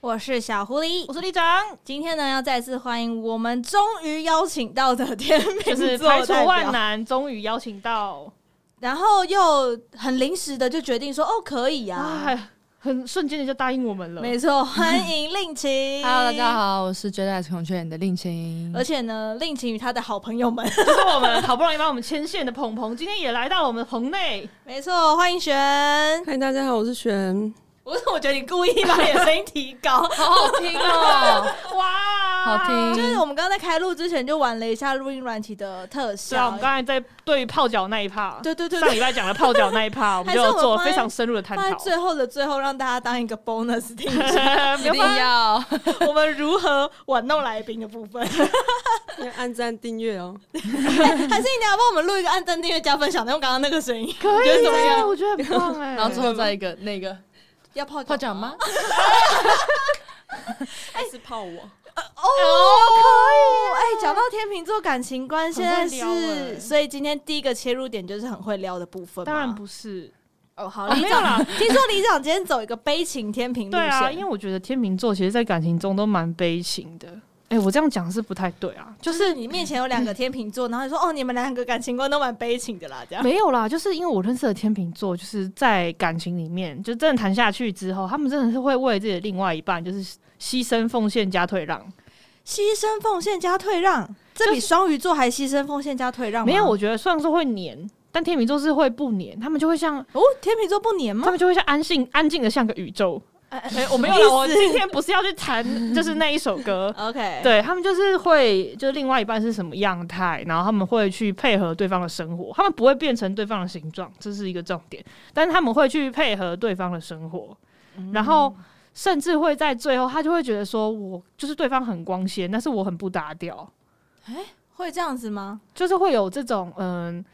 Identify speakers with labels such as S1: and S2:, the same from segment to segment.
S1: 我是小狐狸，我是李长。今天呢，要再次欢迎我们终于邀请到的天秤
S2: 就是
S1: 座
S2: 排除
S1: 代表
S2: 万难，终于邀请到，
S1: 然后又很临时的就决定说，哦，可以啊，
S2: 哎，很瞬间的就答应我们了。
S1: 没错，欢迎令晴。
S3: Hello，大家。好，我是 Jedi 孔雀眼的令青。
S1: 而且呢，令晴与他的好朋友们，
S2: 就是我们好不容易把我们牵线的鹏鹏，今天也来到我们的棚内，
S1: 没错，欢迎璇。
S4: 嗨，大家好，我是璇。
S1: 我怎么觉得你故意把你的声音提 高？
S3: 好好听哦，
S2: 哇，
S3: 好听。
S1: 就是我们刚刚在开录之前就玩了一下录音软体的特
S2: 是啊，
S1: 效，
S2: 我们刚才在对泡脚那一趴，
S1: 对对对
S2: 上
S1: 对，
S2: 礼拜讲了泡脚那一 趴，我们
S1: 还是我
S2: 就
S1: 们
S2: 做了
S1: 放在
S2: 非常深入的探
S1: 放在
S2: 讨。
S1: 最后的最后，让大家当一个 bonus 听。
S3: 一定
S2: 啊
S3: 要，
S1: 我们如何玩弄来宾的部分，还是
S4: 要按赞订阅哦，
S1: 哎你等下帮我们录一个按赞、订阅、加分享，用刚刚那个声音，
S2: 可
S1: 你觉得
S2: 以
S1: 怎么
S2: 耶，
S1: 样？
S2: 我觉得很 棒哎。
S3: 然后最后再一个那个
S1: 要泡
S3: 泡脚吗？？
S4: 还是泡我？
S1: 哦，可以。哎，讲到天秤座感情观，现
S2: 很
S1: 在
S2: 会撩
S1: 是，
S2: 哎
S1: 所以今天第一个切入点就是很会撩的部分嘛。
S2: 当然不是，
S1: 哦，好，
S2: 啊
S1: 李
S2: 没有
S1: 长，
S2: 啦，
S1: 听说李长今天走一个悲情天平路
S2: 对啊，因为
S1: 线，
S2: 我觉得天秤座其实，在感情中都蛮悲情的。哎，我这样讲是不太对啊，
S1: 就
S2: 就是
S1: 是你面前有两个天秤座，然后你说哦，你们两个感情观都蛮悲情的啦， 这样。
S2: 没有啦，就是因为我认识的天秤座，就是在感情里面，就真的谈下去之后，他们真的是会为自己的另外一半，就是牺牲、奉献加退让。
S1: 牺牲奉献加退让，这比双鱼座还牺牲奉献加退让吗
S2: 没有，我觉得虽然说会黏，但天秤座是会不黏，他们就会像，嗯
S1: 哦，天秤座不黏
S2: 他
S1: 吗？
S2: 们就会像安静、安静的像个宇宙。
S1: 哎哎
S2: 哎、我没有
S1: 什
S2: 啦，
S1: 么
S2: 我
S1: 意思
S2: 今天不是要去谈，就是那一首歌。
S1: OK，，
S2: 对他们就是会，就是另外一半是什么样态，然后他们会去配合对方的生活，他们不会变成对方的形状，这是一个重点，但是他们会去配合对方的生活，然后甚至会在最后，他就会觉得说我就是对方很光鲜，但是我很不搭调，
S1: 会这样子吗？
S2: 就是会有这种嗯。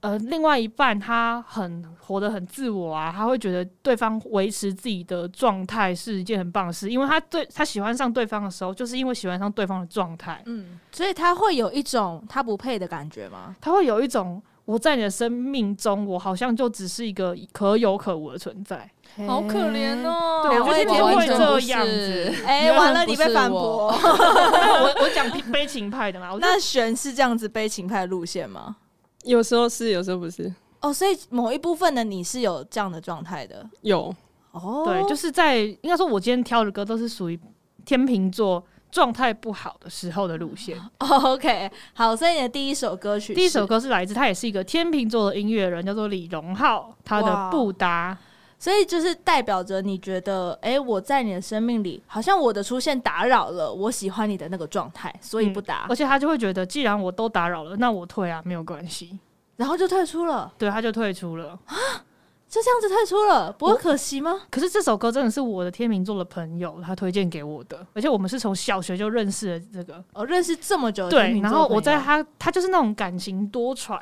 S2: 呃，另外一半他很活得很自我啊，他会觉得对方维持自己的状态是一件很棒的事，因为他对他喜欢上对方的时候，就是因为喜欢上对方的状态，
S1: 嗯，所以他会有一种他不配的感觉 吗？
S2: 他会有一种我在你的生命中，我好像就只是一个可有可无的存 在。
S3: 好可怜哦，
S2: 对
S1: 我觉得天秤
S3: 完
S1: 会
S3: 全
S2: 这
S3: 不是
S2: 样子
S1: 哎、完了，你被反
S3: 不
S1: 驳。
S2: 我我讲悲情派的嘛，我就
S1: 那璇是这样子悲情派路线吗？
S4: 有时候是，有时候不是。
S1: 哦，所以某一部分的你是有这样的状态的
S4: 有，
S1: 哦。
S2: 对，就是是在应该说，我今天挑的歌都是属于天秤座状态不好的时候的路线。
S1: 哦 OK，好，所以你的第一首歌曲，
S2: 第一首，歌是来自他也是一个天秤座的音乐人，叫做李荣浩，他的
S1: 哇
S2: 《布达》。
S1: 所以就是代表着你觉得，哎、我在你的生命里，好像我的出现打扰了我喜欢你的那个状态，所以不打，
S2: 嗯而且他就会觉得，既然我都打扰了，那我退啊，没有关系。
S1: 然后就退出了，
S2: 对，他就退出了。
S1: 就这样子退出了，不会可惜吗？
S2: 可是这首歌真的是我的天秤座的朋友他推荐给我的，而且我们是从小学就认识的这个。
S1: 我、哦认识这么久的天秤
S2: 对，
S1: 座
S2: 然后
S1: 朋友
S2: 我在他他就是那种感情多舛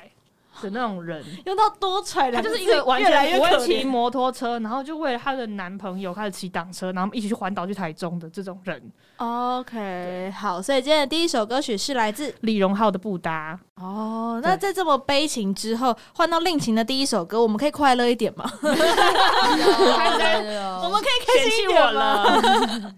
S2: 的那种人，
S1: 用到多揣 两
S2: 他就
S1: 个
S2: 是
S1: 字，
S2: 一个完
S1: 越来越
S2: 全不
S1: 可
S2: 会骑
S1: 怜。
S2: 摩托车，然后就为了她的男朋友开始骑挡车，然后他们一起去环岛去台中的这种人。
S1: OK，好，所以今天的第一首歌曲是来自
S2: 李荣浩的不搭，
S1: 哦，
S2: 对
S1: 那在这么悲情之后，换到令情的第一首歌，我们可以快乐一 点吗？
S3: 我
S1: 可以
S2: 嫌弃 我了。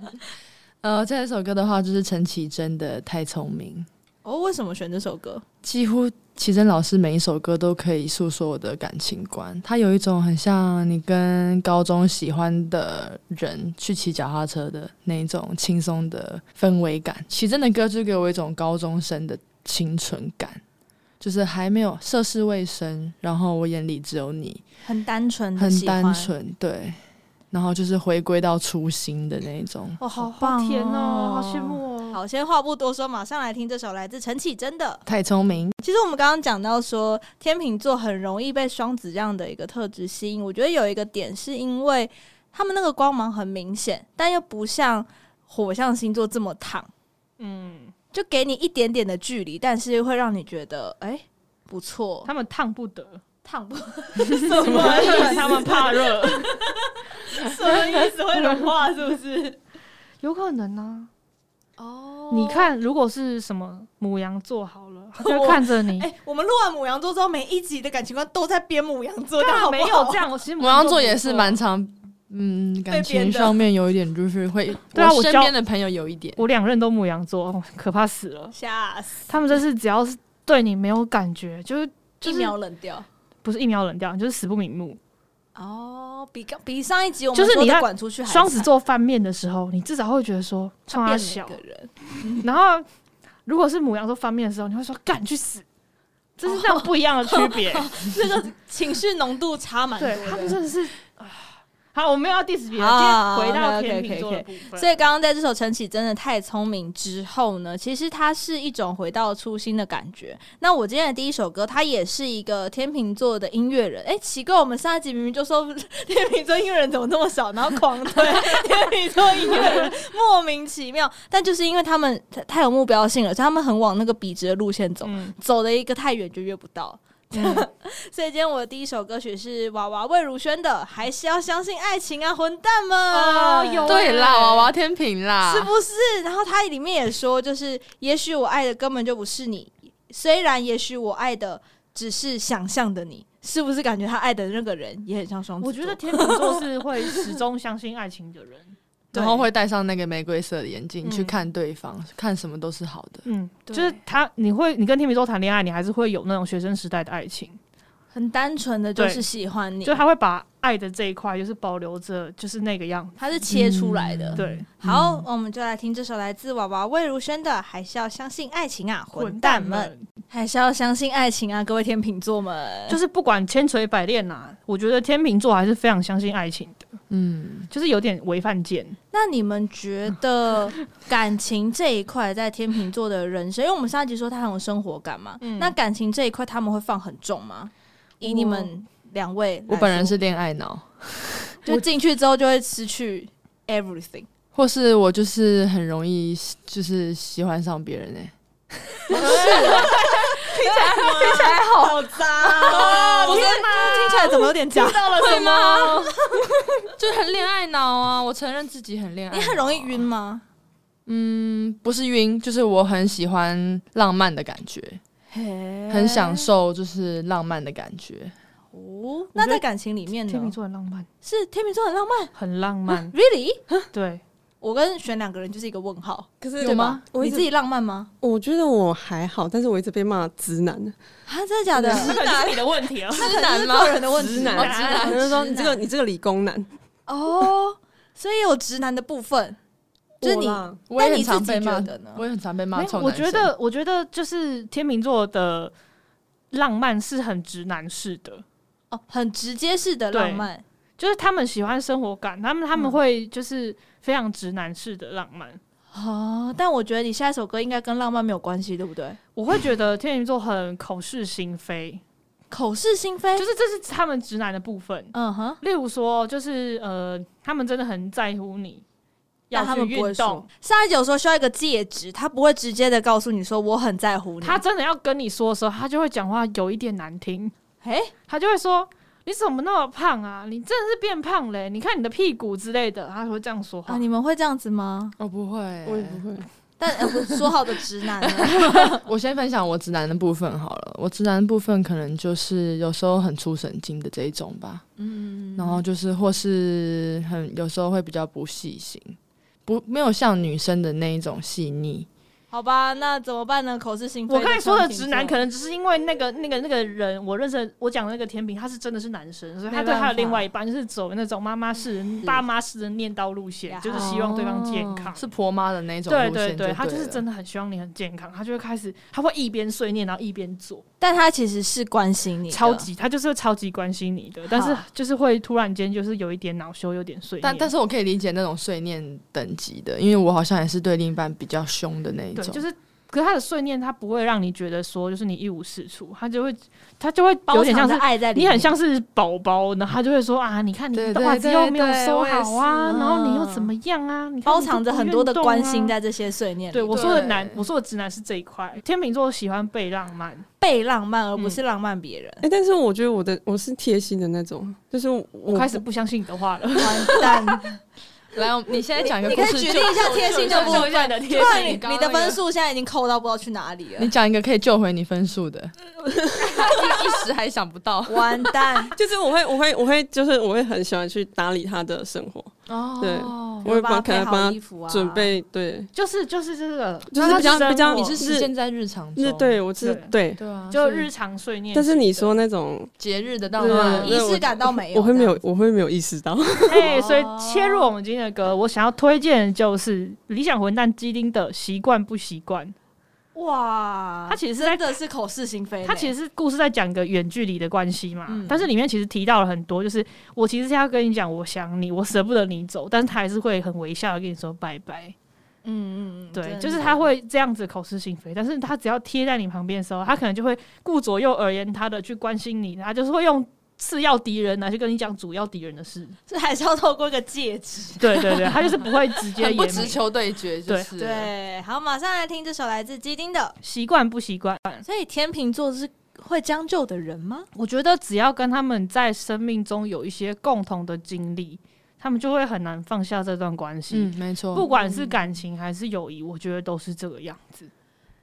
S3: 呃，这首歌的话就是陈绮贞的《太聪明
S1: 哦，为什么选这首歌？》，
S3: 几乎绮贞老师每一首歌都可以诉说我的感情观。她有一种很像你跟高中喜欢的人去骑脚踏车的那一种轻松的氛围感。绮贞的歌就给我一种高中生的清纯感。就是还没有涉世未深，然后我眼里只有你，
S1: 很单纯，
S3: 很单。纯，对。然后就是回归到初心的那一种。
S1: 哇、好
S2: 好
S1: 棒、
S2: 甜哦，好羡。慕哦。
S1: 好，先话不多说，马上来听这首来自陈绮贞的。
S3: 太聪明，
S1: 其实我们刚刚讲到说，天秤座很容易被双子这样的一个特质吸引。我觉得有一个点是因为他们那个光芒很明显，但又不像火象星座这么烫，
S2: 嗯，
S1: 就给你一点点的距离，但是会让你觉得哎、不错，
S2: 他们烫不得，
S1: 烫不
S2: 什么？他们怕 热，
S1: 什么意思会融化是不是？
S2: 有可能啊。
S1: 哦
S2: 你看，如果是什么母羊座好了，他就
S1: 我
S2: 会看着 你
S1: 哎、。我们录完母羊座之后，每一集的感情观都在编母羊座，
S2: 干
S1: 但
S2: 嘛
S1: 好不
S2: 没
S1: 好
S2: 有这样，我其实
S3: 母羊座
S2: 不
S3: 也
S2: 错
S3: 是蛮常嗯，感
S1: 被编
S3: 情
S1: 的
S3: 上面有一点就是会，
S2: 对啊我
S3: 身
S2: 交
S3: 边的朋友有一点，
S2: 我两任都母羊座，哦可怕死了。
S1: 吓死，
S2: 他们这是只要是对你没有感觉，就是就
S1: 一
S2: 是
S1: 秒冷掉。
S2: 不是一秒冷掉，就是死不瞑目。
S1: 哦，比刚比上一集我们
S2: 就是
S1: 说
S2: 你
S1: 的
S2: 看
S1: 管出去还
S2: 双子
S1: 惨
S2: 座翻面的时候，你至少会觉得说冲他
S1: 变了
S2: 小
S1: 一，个人，
S2: 然后如果是母羊座翻面的时候，你会说干去死，这是这样不一样的区别。
S1: 这个情绪浓度差 蛮多
S2: 对他们
S1: 的。
S2: 真的是啊好，我没有要 diss 别人，今天
S1: 啊
S2: 回到
S1: OK，OK，OK，OK
S2: 天秤座的部分，
S1: 所以刚刚在这首《晨起真的太聪明》之后呢，其实它是一种回到初心的感觉。那我今天的第一首歌，它也是一个天秤座的音乐人。哎、奇怪，我们上一集明明就说天秤座音乐人怎么那么少，然后狂推天秤座音乐人，莫名其妙。但就是因为他们太太有目标性了，所以他们很往那个笔直的路线走。
S2: 嗯，
S1: 走的一个太远就约不到。
S2: 嗯
S1: 所以今天我的第一首歌曲是娃娃魏如萱的《还是要相信爱情啊，混蛋们》
S2: 哦有
S3: 对
S1: 欸
S3: 啦，娃啊娃天平啦，
S1: 是不是？然后它里面也说，就是也许我爱的根本就不是你，虽然也许我爱的只是想象的你，是不是？感觉他爱的那个人也很像双子座，
S2: 嗯我觉得天秤座是会始终相信爱情的人，
S3: 然后会戴上那个玫瑰色的眼镜、
S2: 嗯
S3: 去看对方，看什么都是好的。
S2: 嗯，
S1: 对
S2: 就是他，你会你跟天秤座谈恋爱，你还是会有那种学生时代的爱情，
S1: 很单纯的就
S2: 对
S1: 是喜欢你
S2: 就，他会把爱的这一块就是保留着，就是那个样子。
S1: 他是切出来的。
S2: 对，
S1: 好，我们就来听这首来自娃娃魏如萱的《还是要相信爱情啊，混蛋们》。还是要相信爱情啊，各位天秤座们。
S2: 就是不管千锤百炼啦、我觉得天秤座还是非常相信爱情的，
S3: 嗯，
S2: 就是有点违犯贱。
S1: 那你们觉得感情这一块在天秤座的人生，因为我们上一集说他很有生活感嘛，
S2: 嗯
S1: 那感情这一块他们会放很重吗？以你们两位来说，
S3: 我本人是恋爱脑，
S1: 就进去之后就会失去 everything，
S3: 或是我就是很容易喜就是喜欢上别人哎、
S1: 听起来好渣、不是哦听起来怎么有点假？
S3: 到了什么？ 就很恋爱脑啊！我承认自己很恋爱，啊
S1: 你很容易晕。吗？
S3: 嗯，不是晕，就是我很喜欢浪漫的感觉，很
S1: 很
S3: 享受就是浪漫的感觉。
S1: 哦。那在感情里面
S2: 天秤
S1: 呢？
S2: 座很浪漫，
S1: 是天秤座很浪漫
S2: 很浪漫。
S1: ，really？
S2: 对，
S1: 我跟选两个人就是一个问号，
S4: 可是
S3: 有吗？
S4: 我一
S1: 你
S4: 直
S1: 自己浪漫吗？
S4: 我觉得我还好，但是我一直被骂直男。
S1: 啊， 真的假的？
S2: 那可能是你的问题哦了。
S1: 直
S3: 男吗
S1: 个人的问题，
S4: 啊直男
S1: 哦直男，
S4: 有人说
S1: 直
S4: 你
S1: 男
S4: 这个你这个理工男，
S1: 哦，所以有直男的部 分，就是你
S4: 我，啦
S3: 我也
S1: 但
S3: 很
S1: 你自
S3: 常
S1: 己
S3: 被
S1: 觉
S3: 骂
S1: 得呢？
S3: 我也很常 被
S2: 没
S3: 骂
S2: 有，
S3: 臭
S2: 我
S3: 男生
S2: 觉得，我觉得就是天秤座的浪漫是很直男式的，
S1: 哦，很直接式的浪漫，
S2: 就是他们喜欢生活感，他们他们会就是非常直男式的浪漫。
S1: 哦，但我觉得你下一首歌应该跟浪漫没有关系，对不对？
S2: 我会觉得天秤座很口是心非，
S1: 口是心非
S2: 就，是这是他们直男的部分。
S1: 嗯哼，
S2: 例如说，就是呃，他们真的很在乎你，要
S1: 但他
S2: 去
S1: 们不
S2: 运
S1: 会
S2: 动
S1: 说，。上一集有说需要一个戒指，他不会直接的告诉你说我很在乎你，
S2: 他真的要跟你说的时候，他就会讲话有一点难听，
S1: 哎，
S2: 他就会说：“你怎么那么胖啊？你真的是变胖嘞、你看你的屁股之类的。”他会这样说话。
S1: 啊，你们会这样子吗？
S3: 我哦不会、欸
S4: 我也不会。
S1: 但呃不是说好的直男呢？
S3: 我先分享我直男的部分好了，我直男的部分可能就是有时候很出神经的这一种吧，
S1: 嗯，
S3: 然后就是或是很有时候会比较不细心，不没有像女生的那一种细腻。
S1: 好吧，那怎么办呢？口是心非，
S2: 我刚才说的直男，可能只是因为那个、那个、那个人，我认识的我讲的那个甜品，他是真的是男生，所以他
S1: 没
S2: 对
S1: 办
S2: 他
S1: 法
S2: 的另外一半就是走那种妈妈式、爸妈式的念叨路线，就是希望对方健康。
S3: 哦是婆妈的那种
S2: 对
S3: 路
S2: 对
S3: 线对
S2: 对，他就是
S3: 了
S2: 真的很希望你很健康，他就会开始，他会一边碎念，然后一边做，
S1: 但他其实是关心你的，
S2: 超级，他就是会超级关心你的，但是
S1: 好
S2: 就是会突然间就是有一点恼羞，有点碎念。
S3: 但但是我可以理解那种碎念等级的，因为我好像也是对另一半比较凶的那一
S2: 对，
S3: 种，
S2: 就是，可是他的碎念，他不会让你觉得说就是你一无是处，他就会他就会有
S1: 包
S2: 点像
S1: 藏着
S2: 是
S1: 爱在里
S2: 你
S1: 面，
S2: 很像是宝宝，然后他就会说啊，你看你
S3: 对
S2: 的
S3: 对
S2: 袜子
S3: 对
S2: 又没有
S3: 对
S2: 收
S3: 我也
S2: 好啊，
S3: 是
S2: 然后你又
S3: 嗯
S2: 怎么样啊？你看
S1: 包
S2: 你
S1: 藏
S2: 都
S1: 着
S2: 不
S1: 很
S2: 运
S1: 多的
S2: 动
S1: 关
S2: 啊
S1: 心在这些碎念里。
S2: 对我说的
S3: 对
S2: 男，我说的直男是这一块。天秤座喜欢被浪漫，
S1: 被浪漫，而不是浪漫别人。
S4: 哎，但是我觉得我的我是贴心的那种，就是我
S2: 我开始不相信你的话了。
S1: 完蛋！
S3: 来，我们你现在讲一个
S1: 你
S3: 故
S1: 可以
S3: 事，
S1: 举
S3: 就
S1: 例一下贴心的部
S2: 就
S1: 分，
S2: 就就就
S1: 不
S2: 贴
S1: 然
S2: 心
S1: 你
S3: 你刚
S1: 你
S3: 刚
S1: 的
S3: 那
S1: 分
S3: 个
S1: 数现在已经扣到不知道去哪里了
S3: 你，讲一个可以救回你分数的，一一时还想不到。
S1: 完蛋！
S4: 就是我会，我会，我会，就是我会很喜欢去打理他的生活，
S3: 哦
S4: 对
S1: 比
S4: 我
S1: 如
S4: 会
S1: 帮他
S4: 帮可
S1: 配
S4: 能
S1: 好
S4: 帮
S1: 衣服啊，
S4: 准备对，
S2: 就是就是这个，
S4: 就
S3: 那
S4: 是比
S3: 他
S4: 较比较
S2: 生活
S3: 你是实践在日常中，
S4: 是对我是对，
S3: 对啊，
S2: 就
S3: 所以
S2: 日常碎念。
S4: 但是你说那种
S3: 节日的到
S4: 对
S3: 来，
S1: 仪式感到没有，
S4: 我会没
S1: 这
S4: 有
S1: 样，
S4: 我会没有意识到，
S2: 哎、
S1: 哦
S2: 所以切入我们今天的歌，我想要推荐的就是理想混蛋基丁的《习惯不习惯》。
S1: 哇，
S2: 他其实是在
S1: 真的是口是心非呢，
S2: 它其实是故事在讲一个远距离的关系嘛，
S1: 嗯
S2: 但是里面其实提到了很多，就是我其实是要跟你讲我想你，我舍不得你走，但是他还是会很微笑的跟你说拜拜。
S1: 嗯嗯嗯，
S2: 对，
S1: 真的
S2: 就是他会这样子口是心非，但是他只要贴在你旁边的时候，他可能就会顾左右而言他的去关心你，他就是会用次要敌人来去跟你讲主要敌人的事。
S1: 这还是要透过一个戒指。
S2: 对对对，他就是不会直接言
S3: 很不直
S2: 明。
S3: 球对决，就是了，
S1: 对，好，马上来听这首来自基丁的。
S2: 习惯不习惯？
S1: 所以天秤座是会将就的人吗？
S2: 我觉得只要跟他们在生命中有一些共同的经历，他们就会很难放下这段关系。
S3: 嗯，没错，
S2: 不管是感情还是友谊，我觉得都是这个样子。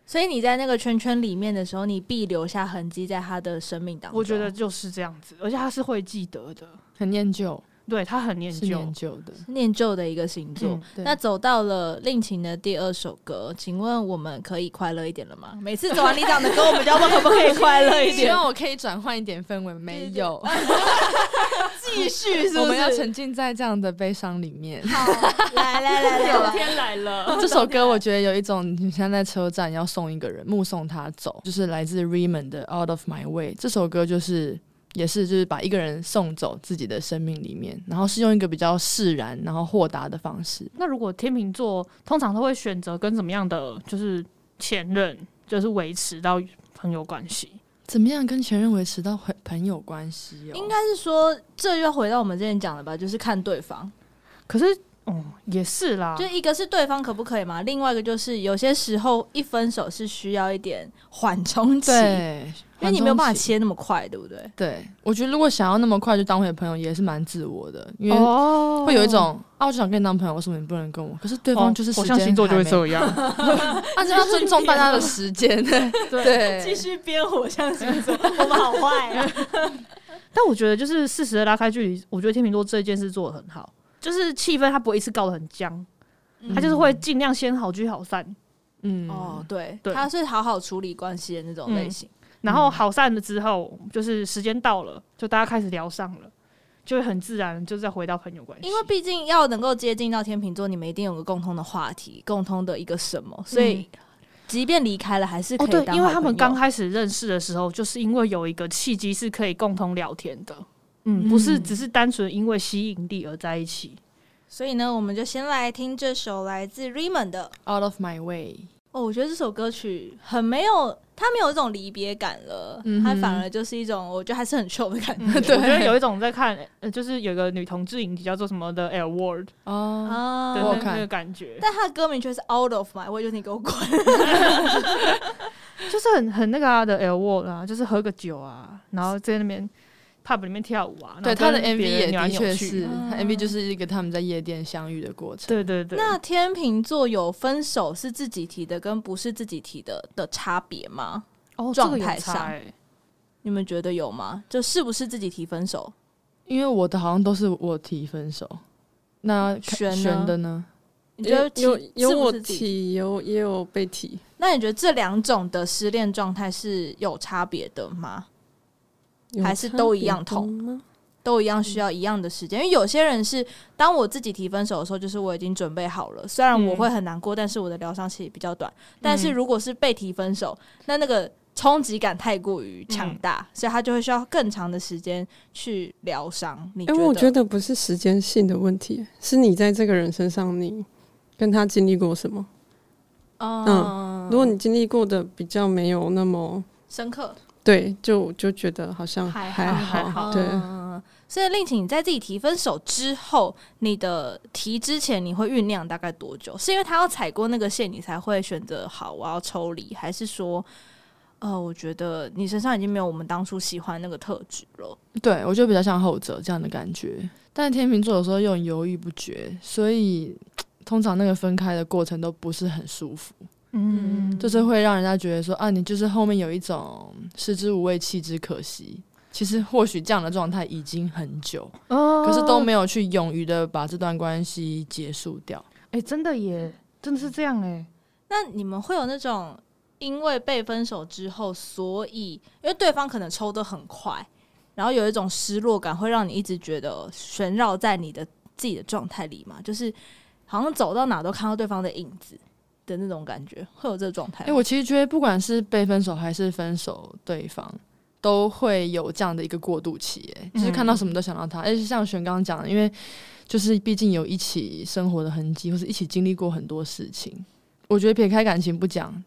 S1: 所以你在那个圈圈里面的时候，你必留下痕迹在他的生命当中。
S2: 我觉得就是这样子，而且他是会记得的，
S3: 很念旧，
S2: 对他很念
S3: 是
S2: 旧。
S3: 念旧的。
S1: 念旧的一个星座。
S2: 嗯
S3: 对
S1: 那走到了令情的第二首歌，请问我们可以快乐一点了吗？每次走完你讲的歌，我们就要问可不可以快乐一
S3: 希
S1: 点，
S3: 望我可以转换一点氛围，没有，
S1: 继续哎是不是？
S3: 我们要沉浸在这样的悲伤里面。
S1: 好，来来来来来，
S2: 天来了，
S3: 哦
S1: 哦
S3: 这首歌我觉得有一种你像在车站要送一个人，目送他走，就是来自 Raymond 的《Out of My Way》。这首歌就是也是就是把一个人送走自己的生命里面，然后是用一个比较释然然后豁达的方式。
S2: 那如果天秤座通常都会选择跟怎么样的就是前任，就是维持到朋友关系。
S3: 怎么样跟前任维持到朋朋友关系、哦？
S1: 应该是说，这又要回到我们之前讲的吧，就是看对方，
S2: 可是，嗯，也是啦，
S1: 就一个是对方可不可以嘛，另外一个就是有些时候一分手是需要一点缓冲期，
S3: 对，
S1: 因为你没有办法
S3: 缓冲期。
S1: 切那么快，对不对？
S3: 对，我觉得如果想要那么快就当回朋友，也是蛮自我的，因为
S2: 哦
S3: 会有一种、啊，我就想跟你当朋友，为什么你不能跟我？可是对
S1: 哦
S3: 方就是时
S2: 火
S3: 间
S2: 象哦星座就
S3: 还
S2: 会
S3: 没
S2: 这样，
S3: 啊，就要尊重大家的 时间。对，
S1: 续编火象星座，我们好坏啊！
S2: 但我觉得就是适时的拉开距离，我觉得天秤座这件事做的很好，就是气氛他不会一次搞得很僵，他就是会尽量先好聚好散，
S3: 嗯，
S1: 哦，对，
S2: 对
S1: 他是好好处理关系的那种类型。
S2: 然后好散了之后，就是时间到了，就大家开始聊上了，就会很自然就再回到朋友关系。
S1: 因为毕竟要能够接近到天秤座，你们一定有个共通的话题，共通的一个什么，所以即便离开了，还是可
S2: 哦
S1: 以当
S2: 对
S1: 好朋，友、
S2: 因为他们刚开始认识的时候，就是因为有一个契机是可以共同聊天的，嗯，不是
S1: 嗯
S2: 只是单纯因为吸引力而在一 起。
S1: 所以呢，我们就先来听这首来自 Raymond 的。
S3: Out of my way，
S1: 哦，我觉得这首歌曲很没有，它没有一种离别感了，
S3: 嗯
S1: 它
S3: 哼
S1: 反而就是一种我觉得还是很 chill 的感觉。
S2: 嗯我觉得有一种在看，呃，就是有个女同志影集叫做什么的《L Word》
S3: 哦，
S1: 啊
S2: 的
S3: 我有
S2: 那
S3: 看
S2: 那个感觉，
S1: 但他的歌名却是 Out of My Way，就是你给我滚。
S2: 就是很很那个啊的 L Word 啊，就是喝个酒啊，然后在那边 pub 里面跳舞啊，
S3: 对，
S2: 然后
S3: 他
S2: 跟
S3: 的
S2: 别
S3: MV
S2: 人
S3: 也
S2: 扭来
S3: 的
S2: 扭
S3: 确
S2: 去
S3: 是，
S1: 嗯
S3: 他 MV 就是一个他们在夜店相遇的过程。
S2: 对对对。
S1: 那天秤座有分手是自己提的跟不是自己提的的差别吗？
S2: 哦，
S1: 状
S2: 这个有
S1: 态
S2: 差
S1: 上
S2: 欸
S1: 你们觉得有吗？就是不是自己提分手？
S3: 因为我的好像都是我提分手，那
S1: 璇呢
S3: 选的呢？
S1: 你觉得提
S4: 有有
S1: 是不
S4: 我
S1: 是自己
S4: 提，有也有被提，
S1: 那你觉得这两种的失恋状态是有差别的吗？
S4: 有
S1: 还是
S4: 差
S1: 都
S4: 别
S1: 一样
S4: 的
S1: 痛
S4: 吗？
S1: 都一
S4: 嗯
S1: 样需要一样的时间，因为有些人是当我自己提分手的时候，就是我已经准备好了，虽
S4: 嗯
S1: 然我会很难过，但是我的疗伤期比较短。但是如果是被提分手，那那个冲击感太过于强
S4: 嗯
S1: 大，所以他就会需要更长的时间去疗伤。你
S4: 因
S1: 觉
S4: 为
S1: 得？
S4: 哎我觉得不是时间性的问题，是你在这个人身上，你跟他经历过什么？
S1: 嗯
S4: 如果你经历过的比较没有那么
S1: 深刻，
S4: 对，就就觉得好像
S1: 还
S4: 还
S2: 好还
S4: 好，
S2: 好
S4: 对，
S1: 嗯所以令请你在自己提分手之后，你的提之前你会酝酿大概多久？是因为他要踩过那个线，你才会选择好我要抽离，还是说呃，我觉得你身上已经没有我们当初喜欢那个特质了。
S3: 对我就比较像后者这样的感觉。但天秤座有时候又很犹豫不决，所以通常那个分开的过程都不是很舒服，
S2: 嗯，
S3: 就是会让人家觉得说啊，你就是后面有一种食之无味，弃之可惜。其实或许这样的状态已经很久，
S2: 哦
S3: 可是都没有去勇于的把这段关系结束掉。
S2: 哎、真的耶，真的是这样哎，
S1: 那你们会有那种因为被分手之后，所以因为对方可能抽的很快，然后有一种失落感，会让你一直觉得旋绕在你的自己的状态里嘛？就是好像走到哪都看到对方的影子的那种感觉，会有这个状态
S3: 哎、
S1: 吗。
S3: 我其实觉得不管是被分手还是分手对方，都会有这样的一个过渡期、哎，
S2: 嗯
S3: 就是看到什么都想到他。而且像璇刚刚讲的，因为就是毕竟有一起生活的痕迹，或是一起经历过很多事情，我觉得撇开感情不讲，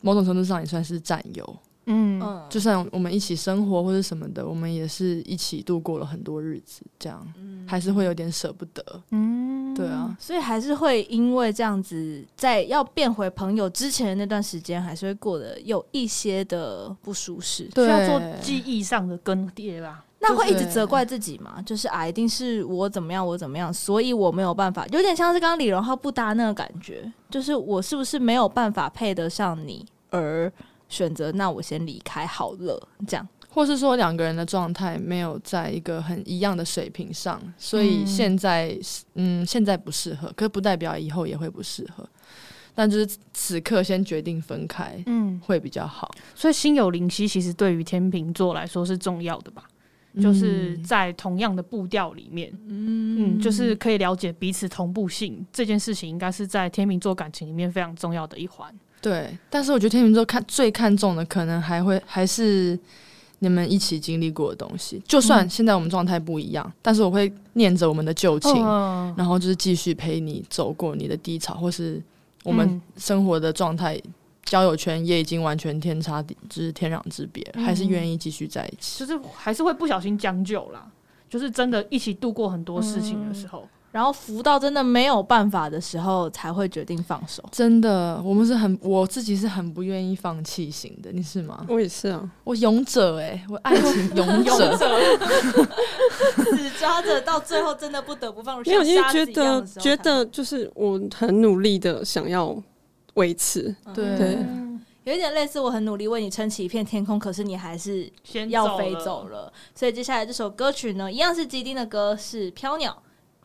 S3: 某种程度上也算是战友。
S2: 嗯
S1: 嗯，
S3: 就算我们一起生活或者什么的，我们也是一起度过了很多日子，这样还是会有点舍不得。
S2: 嗯
S3: 对啊，，
S1: 所以还是会因为这样子，在要变回朋友之前的那段时间，还是会过得有一些的不舒适。
S2: 需
S3: 对，
S2: 要做记忆上的更迭吧。
S1: 那会一直
S3: 对
S1: 责怪自己吗？就是啊，一定是我怎么样，我怎么样，所以我没有办法，有点像是刚刚李荣浩不搭那个感觉，就是我是不是没有办法配得上你，而选择那我先离开好了，这样。
S3: 或是说两个人的状态没有在一个很一样的水平上，所以现在是嗯现在不适合，可不代表以后也会不适合。但就是此刻先决定分开
S2: 嗯，
S3: 会比较好，
S2: 所以心有灵犀其实对于天秤座来说是重要的吧，就是
S3: 嗯
S2: 在同样的步调里面，嗯，就是可以了解彼此同步性这件事情，应该是在天秤座感情里面非常重要的一环。
S3: 对。但是我觉得天秤座看最看重的，可能还会还是你们一起经历过的东西。就
S2: 嗯
S3: 算现在我们状态不一样，但是我会念着我们的旧情，
S2: 嗯，
S3: 然后就是继续陪你走过你的低潮，或是我们
S2: 嗯
S3: 生活的状态、交友圈也已经完全天差地，就是天壤之别，还是愿意继续在一起。
S2: 就是还是会不小心将就啦，就是真的一起度过很多事情的时候，
S1: 然后扶到真的没有办法的时候，才会决定放手。
S3: 真的，我们是很我自己是很不愿意放弃型的，你是吗？
S4: 我也是啊，
S3: 我勇者哎、我爱情 勇者，
S1: 死抓着，到最后真的不得不放手
S4: 没有，因为觉得觉得就是我很努力的想要维持，
S2: 嗯
S3: 对
S4: 对
S1: 有一点类似，我很努力为你撑起一片天空，可是你还是
S2: 先
S1: 要飞走
S2: 了，
S1: 了。所以接下来这首歌曲呢，一样是基丁的歌，是《飘鸟》，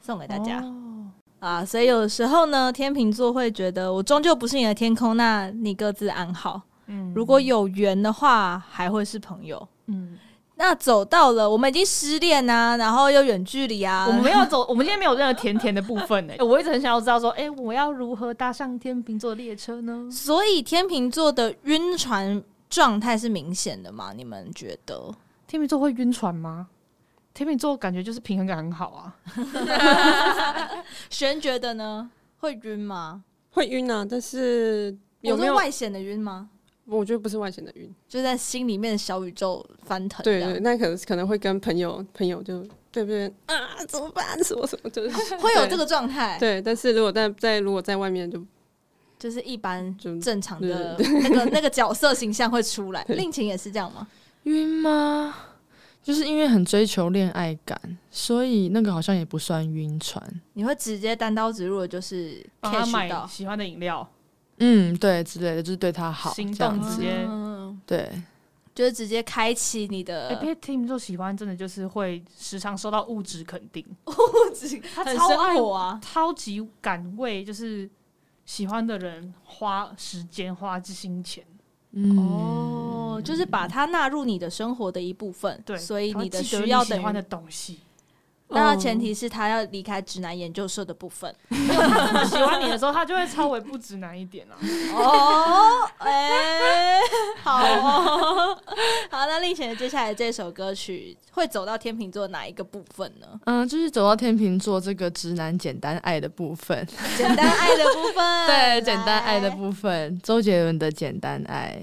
S1: 送给大家、
S2: 哦
S1: 啊。所以有时候呢，天秤座会觉得我终究不是你的天空，那你各自安好。
S2: 嗯
S1: 如果有缘的话，还会是朋友。
S2: 嗯，
S1: 那走到了，我们已经失恋啊，然后又远距离啊，
S2: 我们没有走，我们今天没有任何甜甜的部分 呢、我一直很想要知道说，哎、我要如何搭上天秤座列车呢？
S1: 所以天秤座的晕船状态是明显的嘛？你们觉得？
S2: 天秤座会晕船吗？天秤座感觉就是平衡感很好啊。
S1: 璇觉得呢？会晕吗？
S4: 会晕啊，但是有
S1: 有
S4: 没
S1: 没有
S4: 有？
S1: 外显的晕吗？
S4: 我觉得不是外显的晕，
S1: 就在心里面的小宇宙翻腾这
S4: 对
S1: 样。
S4: 对，那可能可能会跟朋友朋友就对不对啊？怎么办？什么什么就是
S1: 会有这个状态，
S4: 对，但是如果在在如果在外面就
S1: 就是一般
S4: 就
S1: 正常的 那个那个角色形象会出来。令情也是这样吗？
S3: 晕吗？就是因为很追求恋爱感，所以那个好像也不算晕船。
S1: 你会直接单刀直入的，就是
S2: 帮他
S1: catch
S2: 买
S1: 到，
S2: 喜欢的饮料，
S3: 嗯，对，之类的，就是对他好，
S2: 行
S3: 这样
S2: 动直
S3: 子，
S2: 接。
S1: 嗯，
S3: 对，
S1: 就是直接开启你
S2: 哎、
S1: 的
S2: 被天秤座喜欢真的就是会时常收到物质肯定，
S1: 哦不止，
S2: 他
S1: 很
S2: 超
S1: 生
S2: 爱
S1: 活啊。
S2: 超级敢为就是喜欢的人花时间花金钱。
S4: 嗯
S1: 哦，就是把它纳入你的生活的一部分，
S2: 对，
S1: 所以
S2: 他会
S1: 你的
S2: 记得
S1: 需要
S2: 你喜
S1: 等
S2: 欢的嗯
S1: 于，
S2: 东西，
S1: 那前提是他要离开直男研究社的部分。
S2: 他真的喜欢你的时候，他就会稍微不直男一 点啊。
S1: 哦， 哎、好哦， 好，那令贤接下来这首歌曲会走到天秤座哪一个部分呢？
S3: 嗯，就是走到天秤座这个直男简单爱的部分，
S1: 简单爱的部分，
S3: 对，简单爱的
S1: 来。
S3: 部分，周杰伦的《简单爱》，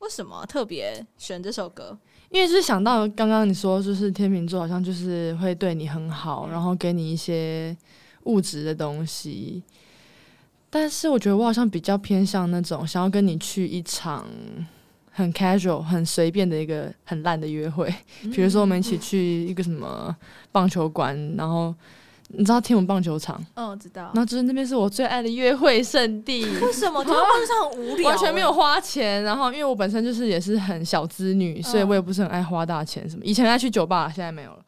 S1: 为什么特别选这首歌？
S3: 因为就是想到刚刚你说，就是天秤座好像就是会对你很好，然后给你一些物质的东西，但是我觉得我好像比较偏向那种想要跟你去一场。很 casual、很随便的一个很烂的约会。比如说我们一起去一个什么棒球馆，然后你知道天母棒球场，
S1: 嗯，我知道
S3: 然。后就是那边是我最爱的约会圣地。
S1: 为什么？天棒上很无聊，
S3: 完全没有。花钱，然后因为我本身就是也是很小资
S1: 嗯
S3: 女，所以我也不是很爱花大钱什么。以前爱去酒吧，现在没有 了。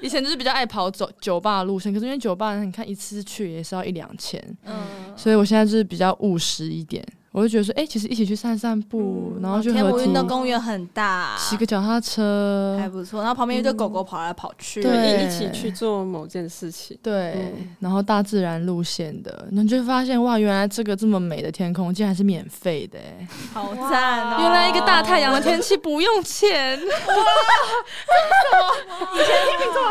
S3: 以前就是比较爱跑走酒吧的路线，可是因为酒吧你看一次去也是要一两千，
S1: 嗯，
S3: 所以我现在就是比较务实一点。我就觉得说，哎、其实一起去散散步，然后去
S1: 嗯哦天
S3: 河
S1: 母
S3: 堤
S1: 运动公园很大，
S3: 骑个脚踏车
S1: 还，不错。然后旁边一堆狗狗跑来跑去，
S3: 对
S4: 对，一一起去做某件事情。
S3: 对，
S4: 嗯
S3: 然后大自然路线的，你就会发现哇，原来这个这么美的天空竟然是免费的、诶
S1: 好赞哦！
S3: 原来一个大太阳的天气不用钱。
S2: 你做的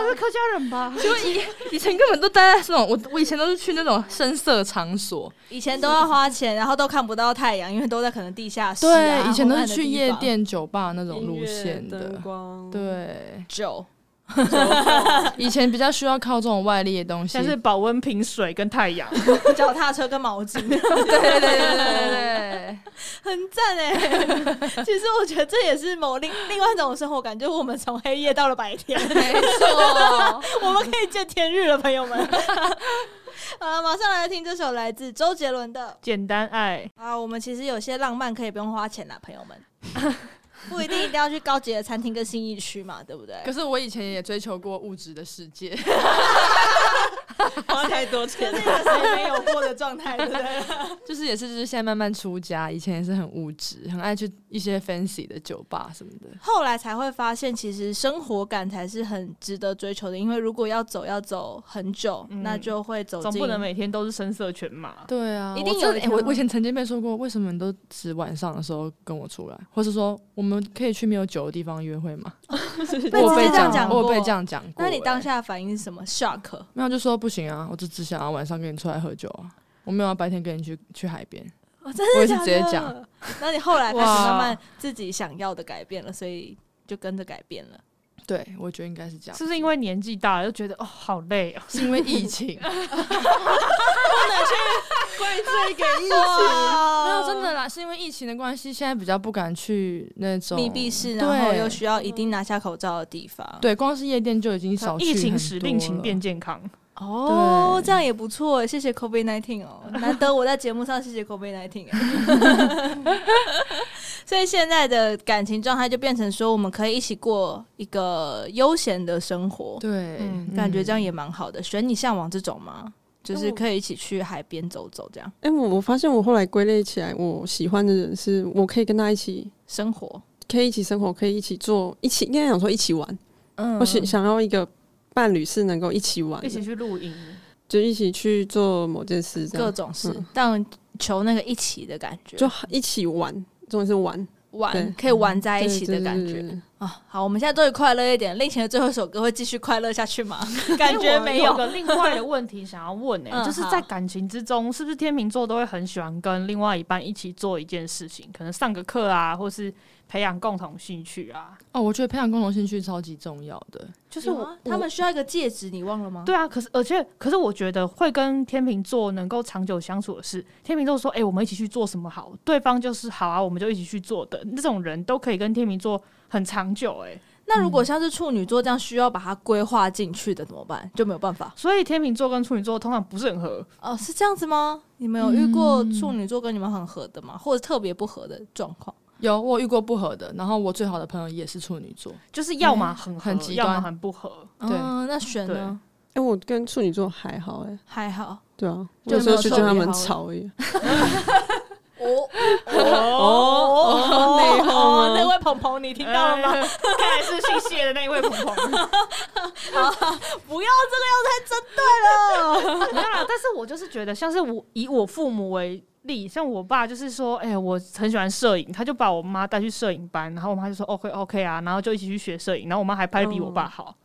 S2: 是客家人吧？
S3: 就以 以前根本都待在那种，我我以前都是去那种深色场所，
S1: 以前都要花钱，然后都看不到太阳，因为都在可能地下室啊、
S3: 对，以前都
S1: 昏
S3: 是
S1: 暗的
S3: 去
S1: 地
S3: 夜
S1: 方
S3: 店、酒吧那种
S4: 音
S3: 路
S4: 乐
S3: 线
S4: 灯
S3: 的，
S4: 光，
S3: 对，
S1: 酒。
S3: 以前比较需要靠这种外力的东西，
S2: 现在是保温瓶、水跟太阳。
S1: 脚踏车跟毛巾，
S3: 对 对对对对对
S1: 很赞哎！其实我觉得这也是某另另外一种生活感，就是我们从黑夜到了白天，
S3: 对，没错，
S1: 我们可以见天日了，朋友们。 好了，马上来听这首来自周杰伦的
S2: 简单爱，
S1: 啊。我们其实有些浪漫可以不用花钱啦，朋友们，不一定一定要去高级的餐厅跟新义区嘛，对不对？
S3: 可是我以前也追求过物质的世界，
S4: 花太多钱
S1: 这是一个谁没有过的状态，对不对？
S3: 就是也是就是现在慢慢出家，以前也是很物质，很爱去一些 fancy 的酒吧什么的。
S1: 后来才会发现，其实生活感才是很值得追求的，因为如果要走要走很久，
S2: 嗯
S1: 那就会走
S2: 总
S1: 进
S2: 不能每天都是声色犬马。
S3: 对啊，
S1: 一定
S3: 我
S1: 有
S3: 真
S1: 一
S3: 的
S1: 天
S3: 欸我
S1: 会
S3: 我以前曾经被说过，为什么你都只晚上的时候跟我出来，或是说我们可以去没有酒的地方约会 吗？
S1: 被
S3: 我
S1: 直
S3: 被
S1: 接这样
S3: 样
S1: 讲
S3: 我
S1: 过
S3: 被这样讲过、
S1: 那你当
S3: 欸
S1: 下反应是什么？shock？
S3: 没有就说不行啊，我就只想要晚上跟你出来喝酒啊，我没有要白天跟你去去海边。
S1: 我真
S3: 我
S1: 的
S3: 也是
S1: 假的
S3: 直接讲。
S1: 那你后来开始
S3: 哇
S1: 慢慢自己想要的改变了，所以就跟着改变了。
S3: 对，我觉得应该是这样，
S2: 是不是因为年纪大了就觉得哦好累哦？
S3: 是因为疫情？
S1: 哇
S3: 没有真的啦，是因为疫情的关系，现在比较不敢去那种
S1: 密闭式，
S3: 对
S1: 然后又需要一定拿下口罩的地方。，
S3: 对，光是夜店就已经少去
S2: 疫情
S3: 很
S2: 使
S3: 多
S2: 令情
S3: 了啊
S2: 变健康，
S1: 哦，
S3: 对
S1: 这样也不错耶，谢谢 COVID nineteen 哦，难得我在节目上谢谢 COVID nineteen 哎。所以现在的感情状态就变成说，我们可以一起过一个悠闲的生活，
S3: 对，
S2: 嗯
S1: 感觉这
S3: 样。
S1: 样也蛮好的。选你向往这种吗？就是可以一起去海边走走，这样
S4: 哎、我我发现我后来归类起来，我喜欢的人是我可以跟他一起，
S1: 生活。
S4: 可以一起生活，可以一起做，一起应该想说一起玩。
S1: 嗯
S4: 我想想要一个伴侣是能够一起玩的，
S2: 一起去露 营，
S4: 就一起去做某件事，这
S1: 各
S4: 样
S1: 种事
S4: 嗯，
S1: 但求那个一起的感觉，
S4: 就一起玩，重点是玩
S1: 玩
S4: 对
S1: 可以玩在一起的
S4: 对
S1: 感
S4: 对对
S1: 觉
S4: 对
S1: 啊。好，我们现在终于快乐一点。令情的最后一首歌会继续快乐下去吗？感觉没
S2: 哎我
S1: 有。
S2: 个另外的问题想要问呢、
S1: 嗯
S2: 就是在感情之中，是不是天秤座都会很喜欢跟另外一半一起做一件事情，可能上个课啊，或是培养共同兴趣啊？
S3: 哦，我觉得培养共同兴趣超级重要的。
S2: 就是
S1: 有
S2: 我
S1: 啊他们需要一个戒指，你忘了吗？
S2: 对啊，可是而且可是我觉得会跟天秤座能够长久相处的是，天秤座说：“哎、我们一起去做什么好？”对方就是好啊，我们就一起去做的那种人，都可以跟天秤座很长久、哎，
S1: 那如果像是处女座这样需要把它规划进去的怎么办？就没有办法
S2: 所以天秤座跟处女座通常不是很合。
S1: 哦，是这样子吗？你们有遇过处女座跟你们很合的吗？或者特别不合的状况？
S3: 有我有遇过不合的，然后我最好的朋友也是处女座，
S2: 就是要么很合，
S3: 很极
S2: 要么
S3: 端
S2: 很不合。
S3: 对
S1: 嗯，那选呢？
S4: 哎、我跟处女座还好哎、
S1: 还好，
S4: 对啊，
S1: 就
S4: 有时候
S1: 没有
S4: 去
S1: 特
S4: 跟他
S1: 别
S4: 们
S1: 好
S4: 吵而已。
S1: 哦
S4: 哦内讧吗
S1: 那位鹏鹏，你听到了 吗？
S2: 哎？看来是姓谢的那一位鹏鹏。
S1: 不要这个，要太针对了。
S2: 没有啦，但是我就是觉得，像是我以我父母为例，像我爸就是说，哎、我很喜欢摄影，他就把我妈带去摄影班，然后我妈就说 OK OK 啊，然后就一起去学摄影，然后我妈还拍的比我爸好，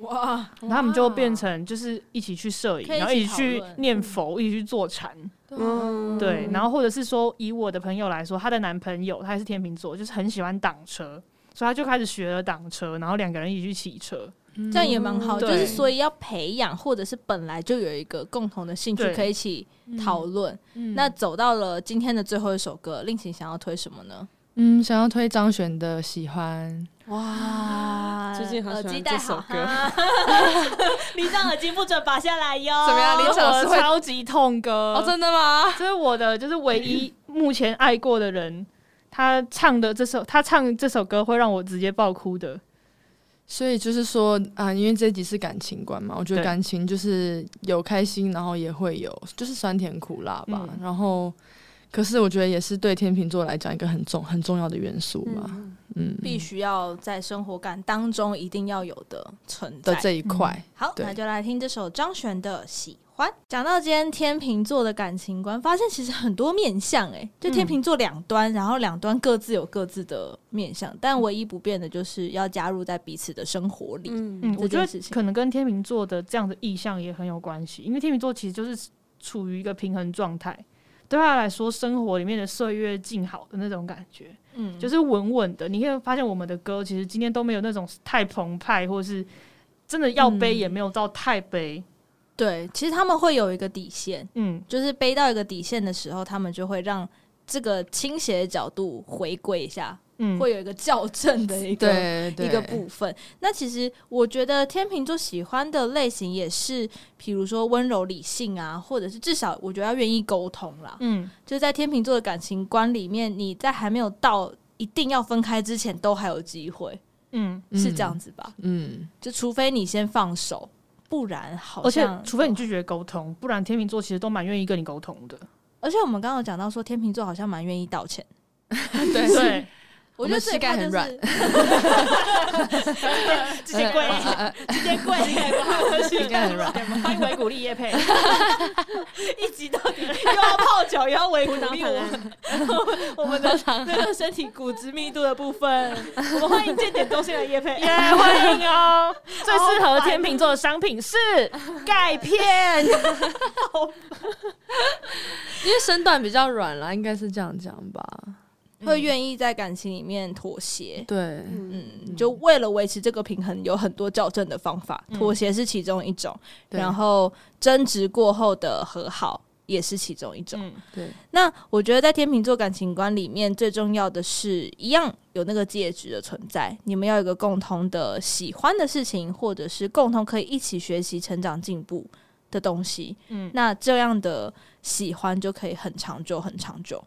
S1: 哇，
S2: 然后他们就变成就是一起去摄影，
S1: 可以一起
S2: 然后一起去
S1: 讨论
S2: 念佛，一起去坐禅，
S4: 嗯，
S2: 对，然后或者是说，以我的朋友来说，她的男朋友他也是天秤座，就是很喜欢挡车，所以他就开始学了挡车，然后两个人一起去骑车，
S1: 这样也蛮好。就
S2: 对
S1: 是所以要培养，或者是本来就有一个共同的兴趣
S2: 对
S1: 可以一起讨论。
S3: 嗯
S1: 那走到了今天的最后一首歌，令晴想要推什么呢？
S3: 嗯，想要推张悬的《喜欢
S1: 哇
S4: 最近好喜
S1: 耳
S4: 欢
S1: 机戴好
S4: 这首歌
S1: 哈， 离上耳机不准拔下来哟。
S3: 怎么样
S2: 这
S3: 林
S2: 哦是我
S3: 老师
S2: 的
S3: 会
S2: 超级痛歌》
S3: 哦，真的吗？嗯
S2: 这是我的就是唯一目前爱过的人，他唱的这首他唱这首歌会让我直接爆哭的。
S3: 所以就是说啊，因为这集是感情观嘛，我觉得
S2: 对
S3: 感情就是有开心，然后也会有就是酸甜苦辣吧。
S2: 嗯
S3: 然后，可是我觉得也是对天秤座来讲一个很重很重要的元素吧。嗯，
S1: 必须要在生活感当中一定要有的存在
S3: 的。这一块。
S1: 好，
S3: 对
S1: 那就来听这首张悬的《喜欢》。讲到今天天秤座的感情观，发现其实很多面相哎、就天秤座两端，然后两端各自有各自的面
S4: 嗯
S1: 相，但唯一不变的就是要加入在彼此的生活里。
S4: 嗯，
S2: 嗯，
S1: 这
S2: 我觉
S1: 件事
S2: 得
S1: 情
S2: 可能跟天秤座的这样的意向也很有关系，因为天秤座其实就是处于一个平衡状态，对他来说，生活里面的岁月静好的那种感觉，
S1: 嗯，
S2: 就是稳稳的。你可以发现我们的歌其实今天都没有那种太澎湃，或是真的要悲
S3: 嗯
S2: 也没有到太悲。
S1: 对，其实他们会有一个底线，
S2: 嗯，
S1: 就是背到一个底线的时候，他们就会让这个倾斜的角度回归一下，
S2: 嗯，
S1: 会有一个校正的一个
S3: 对，对
S1: 一个部分。那其实我觉得天秤座喜欢的类型也是，比如说温柔理性啊，或者是至少我觉得要愿意沟通啦。
S2: 嗯，
S1: 就是在天秤座的感情观里面，你在还没有到一定要分开之前，都还有机会，
S2: 嗯，
S3: 嗯
S1: 是这样。子吧？
S3: 嗯，
S1: 就除非你先放手，不然好
S2: 而且
S1: 像哦
S2: 除非你拒绝沟通，不然天秤座其实都蛮愿意跟你沟通 的。
S1: 而且我们刚刚有讲到说，天秤座好像蛮愿意道歉。
S3: 对，
S2: 对，
S1: 我觉得
S3: 我们
S1: 最怕
S3: 膝盖
S1: 就是
S3: 很软
S2: 直接跪，
S3: 呃
S1: 直接跪，膝盖不 好，
S3: 应该很软。
S2: 欢迎维古力 叶佩。
S1: 一集到底又要泡脚，又要维护力我们 我们的那个身体骨质密度的部分。我们欢迎见点东西的叶 佩
S2: 耶，呃欢迎哦！最适合天秤座的商品是 钙片。
S3: 因为身段比较软啦，应该是这样讲吧？
S1: 会愿意在感情里面妥协。
S3: 对，
S1: 嗯，就为了维持这个平衡，有很多矫正的方法，
S2: 嗯
S1: 妥协是其中一种，
S3: 对
S1: 然后争执过后的和好也是其中一种。
S2: 嗯
S3: 对，
S1: 那我觉得在天秤座感情观里面，最重要的是一样有那个戒指的存在，你们要有一个共同的喜欢的事情，或者是共同可以一起学习、成长、进步的东西。
S2: 嗯，
S1: 那这样的喜欢就可以很长久、很长久。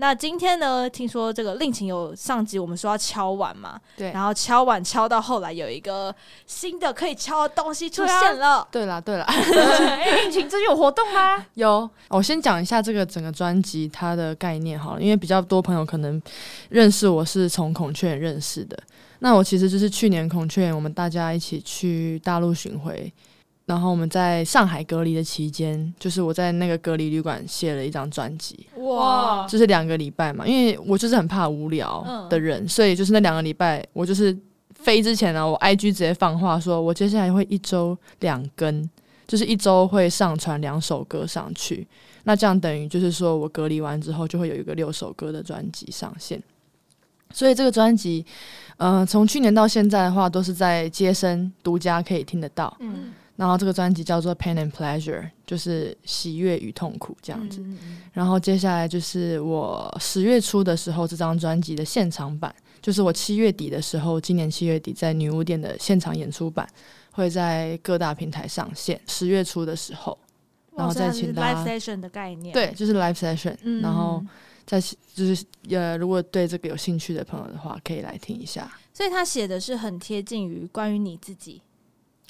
S1: 那今天呢？听说这个令情有上集我们说要敲碗嘛，
S3: 对
S1: 然后敲碗敲到后来有一个新的可以敲的东西出现了，
S3: 对啦，对啦，
S2: 哎，疫情最近有活动吗？
S3: 有，我先讲一下这个整个专辑它的概念好了，因为比较多朋友可能认识我是从孔雀眼认识的。那我其实就是去年孔雀眼，我们大家一起去大陆巡回，然后我们在上海隔离的期间，就是我在那个隔离旅馆写了一张专辑，
S2: 哇
S3: 就是两个礼拜嘛，因为我就是很怕无聊的人，所以就是那两个礼拜，我就是飞之前呢、啊我 IG 直接放话说，我接下来会一周两更，就是一周会上传两首歌上去。那这样等于就是说我隔离完之后，就会有一个六首歌的专辑上线。所以这个专辑，呃，从去年到现在的话，都是在街声独家可以听得到。
S2: 嗯
S3: 然后这个专辑叫做《Pain and Pleasure》，就是喜悦与痛苦啊这
S1: 这
S3: 样子。
S1: 嗯嗯
S3: 然后接下来就是我十月初的时候，这张专辑的现场版，就是我七月底的时候，今年七月底在女巫店的现场演出版，会在各大平台上线。十月初的时候，然后再请大
S1: live
S3: 家
S1: session 的概念，
S3: 对，就是 live session，、
S1: 嗯，
S3: 然后再就是呃，如果对这个有兴趣的朋友的话，可以来听一下。
S1: 所以他写的是很贴近于关于你自己，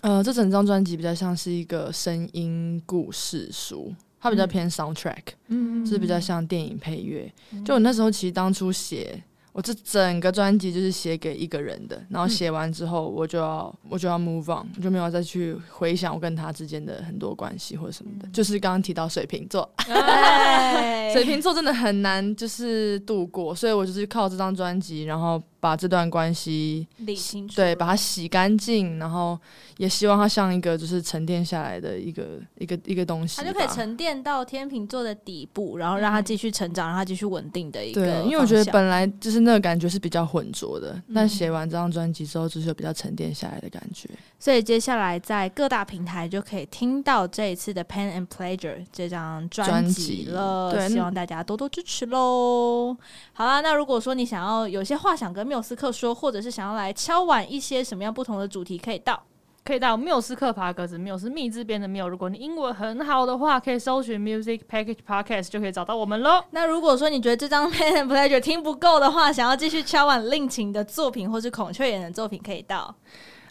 S3: 呃，这整张专辑比较像是一个声音故事书，它比较偏 soundtrack。
S1: 嗯
S3: 就是比较像电影配乐。就我那时候其实当初写，我这整个专辑就是写给一个人的，然后
S1: 嗯
S3: 写完之后我就要我就要 move on，我就没有再去回想我跟他之间的很多关系或者什么
S1: 嗯
S3: 的。就是刚刚提到水瓶座，
S1: 对 哎
S3: 水瓶座真的很难就是度过，所以我就是靠这张专辑，然后把这段关系
S1: 理清楚，
S3: 对，把它洗干净，然后也希望它像一个就是沉淀下来的一个一个一个东西
S1: 它
S3: 吧，
S1: 就可以沉淀到天秤座的底部，然后让它继续成长，让它继续稳定的一个方
S3: 对
S1: 向。，
S3: 因为我觉得本来就是那个感觉是比较浑浊的，但写完这张专辑之后，就是有比较沉淀下来的感觉。
S1: 所以接下来在各大平台就可以听到这一次的《Pain and Pleasure》这张专辑了，
S3: 专辑对
S1: 希望大家多多支持喽。好啦，那如果说你想要有些话想跟缪斯克说，或者是想要来敲碗一些什么样不同的主题，可以到
S2: 可以到缪斯克爬格子缪是密字边的缪。如果你英文很好的话，可以搜寻 Music Package Podcast 就可以找到我们喽。
S1: 那如果说你觉得这张《Pain and Pleasure》听不够的话，想要继续敲碗令晴的作品或是孔雀眼的作品，可以到。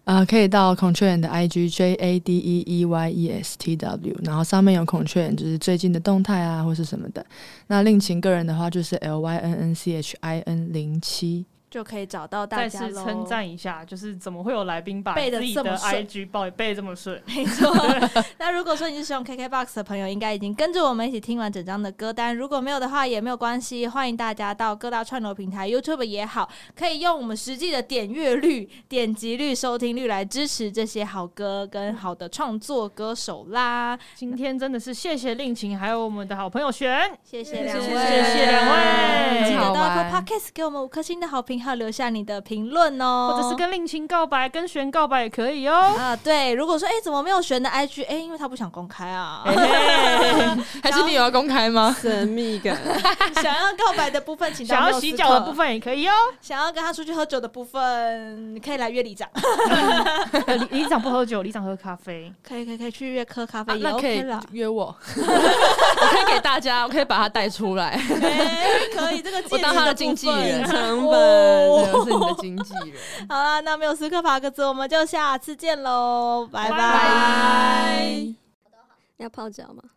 S3: 呃，可以到孔雀眼的 IG J A D E E Y E S T W，然后上面有孔雀眼就是最近的动态啊，或是什么的。那令晴个人的话就是 L Y N N C H I N 零七，
S1: 就可以找到大
S2: 再
S1: 家
S2: 次
S1: 喽。
S2: 称赞一下，就是怎么会有来宾把
S1: 背得
S2: 自己
S1: 这么
S2: 的
S1: 顺
S2: IG 报背得这么顺？
S1: 没错。 那如果说你是使用 KKBOX 的朋友，应该已经跟着我们一起听完整张的歌单。如果没有的话，也没有关系，欢迎大家到各大串流平台、YouTube 也好，可以用我们实际的点阅率、点击率、收听率来支持这些好歌跟好的创作歌手啦。
S2: 今天真的是谢谢令晴，还有我们的好朋友璇，
S1: 谢谢两位，
S2: 谢谢两位
S1: 记得到
S3: 很好玩
S1: Apple Podcast 给我们五颗星的好评，还有留下你的评论哦，
S2: 或者是跟令晴告白，跟璇告白也可以哦。
S1: 啊，对，如果说哎、诶怎么没有选的 IG？哎、因为他不想公开 啊。
S3: 还是你有要公开吗？
S4: 神秘感，
S1: 想要告白的部分，请到
S2: 想要
S1: 缪斯
S2: 洗脚的
S1: 特
S2: 部分也可 以哦。
S1: 想要跟他出去喝酒的部分，你可以来约里长，
S2: 呃李李长不喝酒，李长喝咖啡。
S1: 可以可以可以去约喝咖
S3: 啊
S1: 啡也
S3: 那可
S1: OK
S3: 以
S1: 啦，
S3: 约我， 我可以给大家，我可以把它带出 来，
S1: 哎可以这 个
S3: 我当他的经纪人
S1: 介质部分
S4: 成
S1: 本
S3: 我哦 是你的经纪人。
S1: 好啦，那没有斯克法克兹，我们就下次见喽，拜
S2: 拜
S1: 拜
S2: 拜
S5: 要泡脚吗？